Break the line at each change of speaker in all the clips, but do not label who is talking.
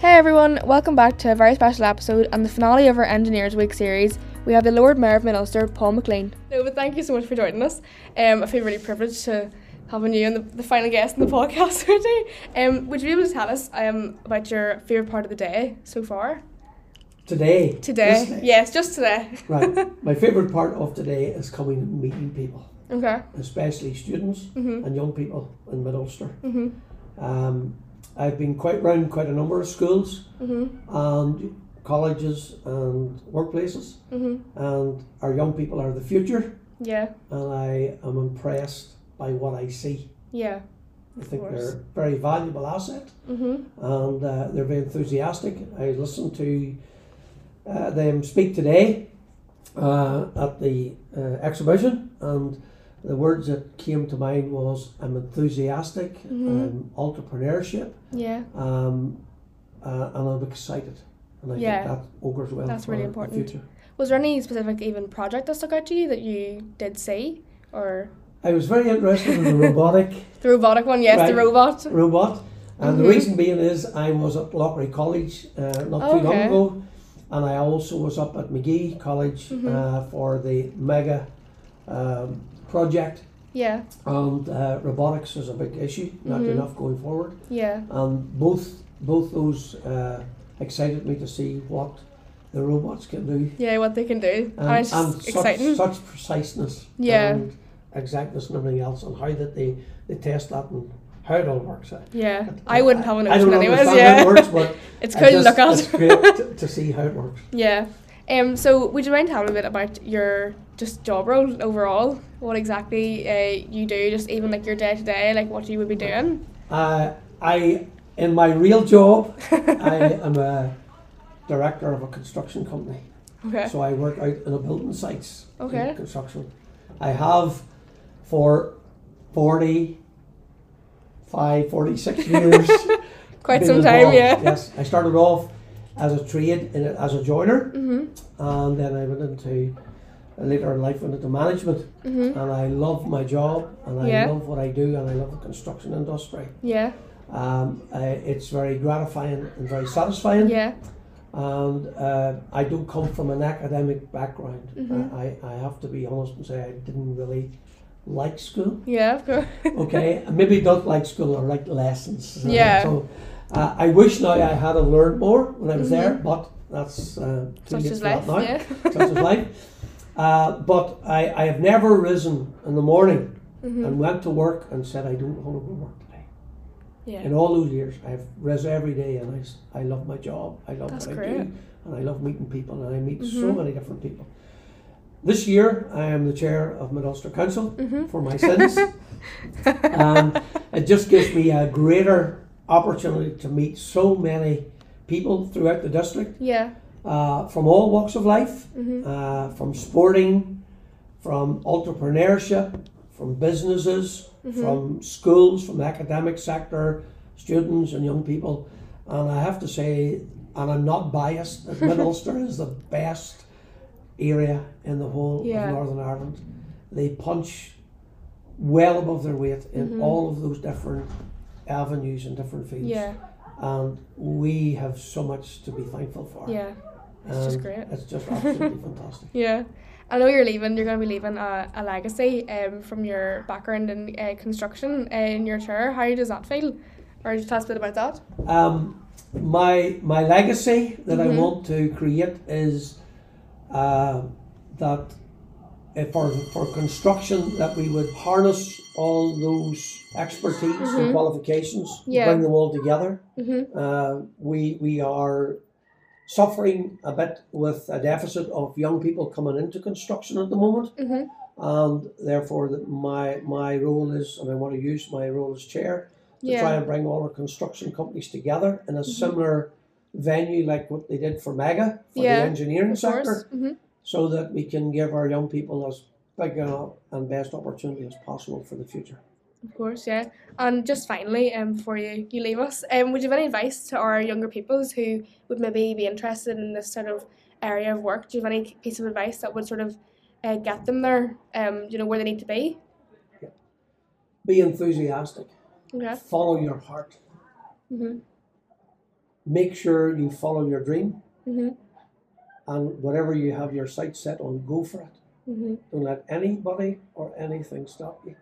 Hey everyone, welcome back to a very special episode and the finale of our Engineers Week series. We have the Lord Mayor of Mid Ulster, Paul McLean. No, but thank you so much for joining us. Um, I feel really privileged to having you and the, the final guest in the podcast today. Um, would you be able to tell us um, about your favourite part of the day so far?
Today.
Today?
isn't it?
Yes, just today.
Right. My favourite part of today is coming and meeting people,
Okay.
especially students
Mhm.
and young people in Mid Ulster.
Mhm.
Um, I've been quite round quite a number of schools
Mhm.
and colleges and workplaces,
Mhm.
and our young people are the future,
Yeah.
and I am impressed by what I see.
Yeah.
I think
course.
they're a very valuable asset.
Mhm.
and uh, they're very enthusiastic. I listened to uh, them speak today uh, at the uh, exhibition, and the words that came to mind was I'm enthusiastic,
Mhm.
um, entrepreneurship,
Yeah.
um, uh, and I'm excited. And I
Yeah.
think that augurs well
That's
for
really
the
important.
future.
Was there any specific even project that stuck out to you that you did see or
I was very interested in the robotic
the robotic one? Yes, the
Right.
robot.
robot. And
Mhm.
the reason being is I was at Lockery College uh, not too long
Okay.
ago, and I also was up at McGee College
Mhm.
uh, for the mega um, project.
Yeah.
And uh, robotics is a big issue, not
Mhm.
enough going forward.
Yeah.
And both both those uh, excited me to see what the robots can do.
Yeah, what they can do.
Um,
And, it's just exciting.
Such, such preciseness
Yeah.
and exactness and everything else, and how that they, they test that and how it all works out.
yeah. I wouldn't have an
I
ocean
don't
anyways,
understand
yeah.
how it works, but
it's
I
cool to
just-
look
It's
at.
great to, to see how it works.
yeah. Um so would you mind telling me a bit about your just job role overall? What exactly uh, you do, just even like your day to day, like what you would be doing?
Uh, I, in my real job, I am a director of a construction company.
Okay.
So I work out in the building sites. in
Okay.
construction. I have for 45, 46 years.
Quite
been
some time,
involved.
yeah.
Yes, I started off as a trade in a, as a joiner,
Mhm.
and then I went into later in life went into management.
Mhm.
and I love my job and I
Yeah.
love what I do and I love the construction industry.
Yeah.
Um, I, it's very gratifying and very satisfying.
Yeah.
And uh, I do come from an academic background. Uh,
Mhm.
I, I have to be honest and say I didn't really like school.
Yeah, of course.
Okay, maybe don't like school or like lessons.
Yeah.
So uh, I wish now I had have learned more when I was
Mhm.
there, but that's uh, too
Such
late
is
for that
life.
now
Yeah.
such as life. Uh, but I, I have never risen in the morning
Mhm.
and went to work and said, I don't want to go to work today.
Yeah.
In all those years, I've risen every day and I, s- I love my job. I love
That's
what I
great.
do. And I love meeting people and I meet so
Mhm.
many different people. This year, I am the chair of Mid Ulster Council
Mhm.
for my sins. um, it just gives me a greater opportunity to meet so many people throughout the district
Yeah.
uh, from all walks of life
Mhm.
uh, from sporting, from entrepreneurship, from businesses,
Mhm.
from schools, from the academic sector, students and young people. And I have to say, and I'm not biased, that Mid Ulster is the best area in the whole
Yeah.
of Northern Ireland. They punch well above their weight in
Mhm.
all of those different avenues and different fields.
Yeah.
And we have so much to be thankful for.
Yeah. It's just
And
great.
It's Um, just absolutely fantastic.
Yeah. I know you're leaving. You're going to be leaving a, a legacy um, from your background in uh, construction uh, in your chair. How does that feel? Or just tell us a bit about that.
Um, my my legacy that
Mhm.
I want to create is uh, that uh, for for construction that we would harness all those expertise
Mhm.
and qualifications,
Yeah.
bring them all together.
hmm
Uh, we we are suffering a bit with a deficit of young people coming into construction at the moment,
hmm
and therefore that my my role is, and I want to use my role as chair to try
Yeah. Mm-hmm.
and bring all our construction companies together in a similar venue like what they did for MEGA for
Yeah,
the engineering
Of course.
sector,
hmm
so that we can give our young people as big an- and best opportunity as possible for the future.
Of course, yeah. And just finally, um, before you, you leave us, um, would you have any advice to our younger peoples who would maybe be interested in this sort of area of work? Do you have any piece of advice that would sort of uh, get them there, um, you know, where they need to be?
Be enthusiastic.
Okay. Mm-hmm.
Follow your heart.
hmm
make sure you follow your dream
Mhm.
and whatever you have your sights set on, go for it.
Mhm.
Don't let anybody or anything stop you.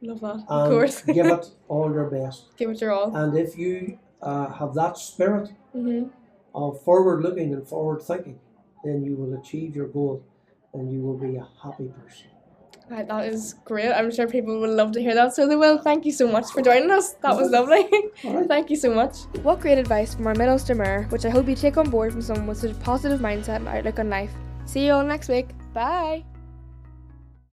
Love that. Of
And
course.
give it all your best.
Give it your all.
And if you uh, have that spirit
Mhm.
of forward looking and forward thinking, then you will achieve your goal and you will be a happy person.
Right, that is great. I'm sure people will love to hear that. So they will. Thank you so much for joining us. That was lovely.
All right?
Thank you so much. What great advice from our Middlester Mayor, which I hope you take on board from someone with such a positive mindset and outlook on life. See you all next week. Bye.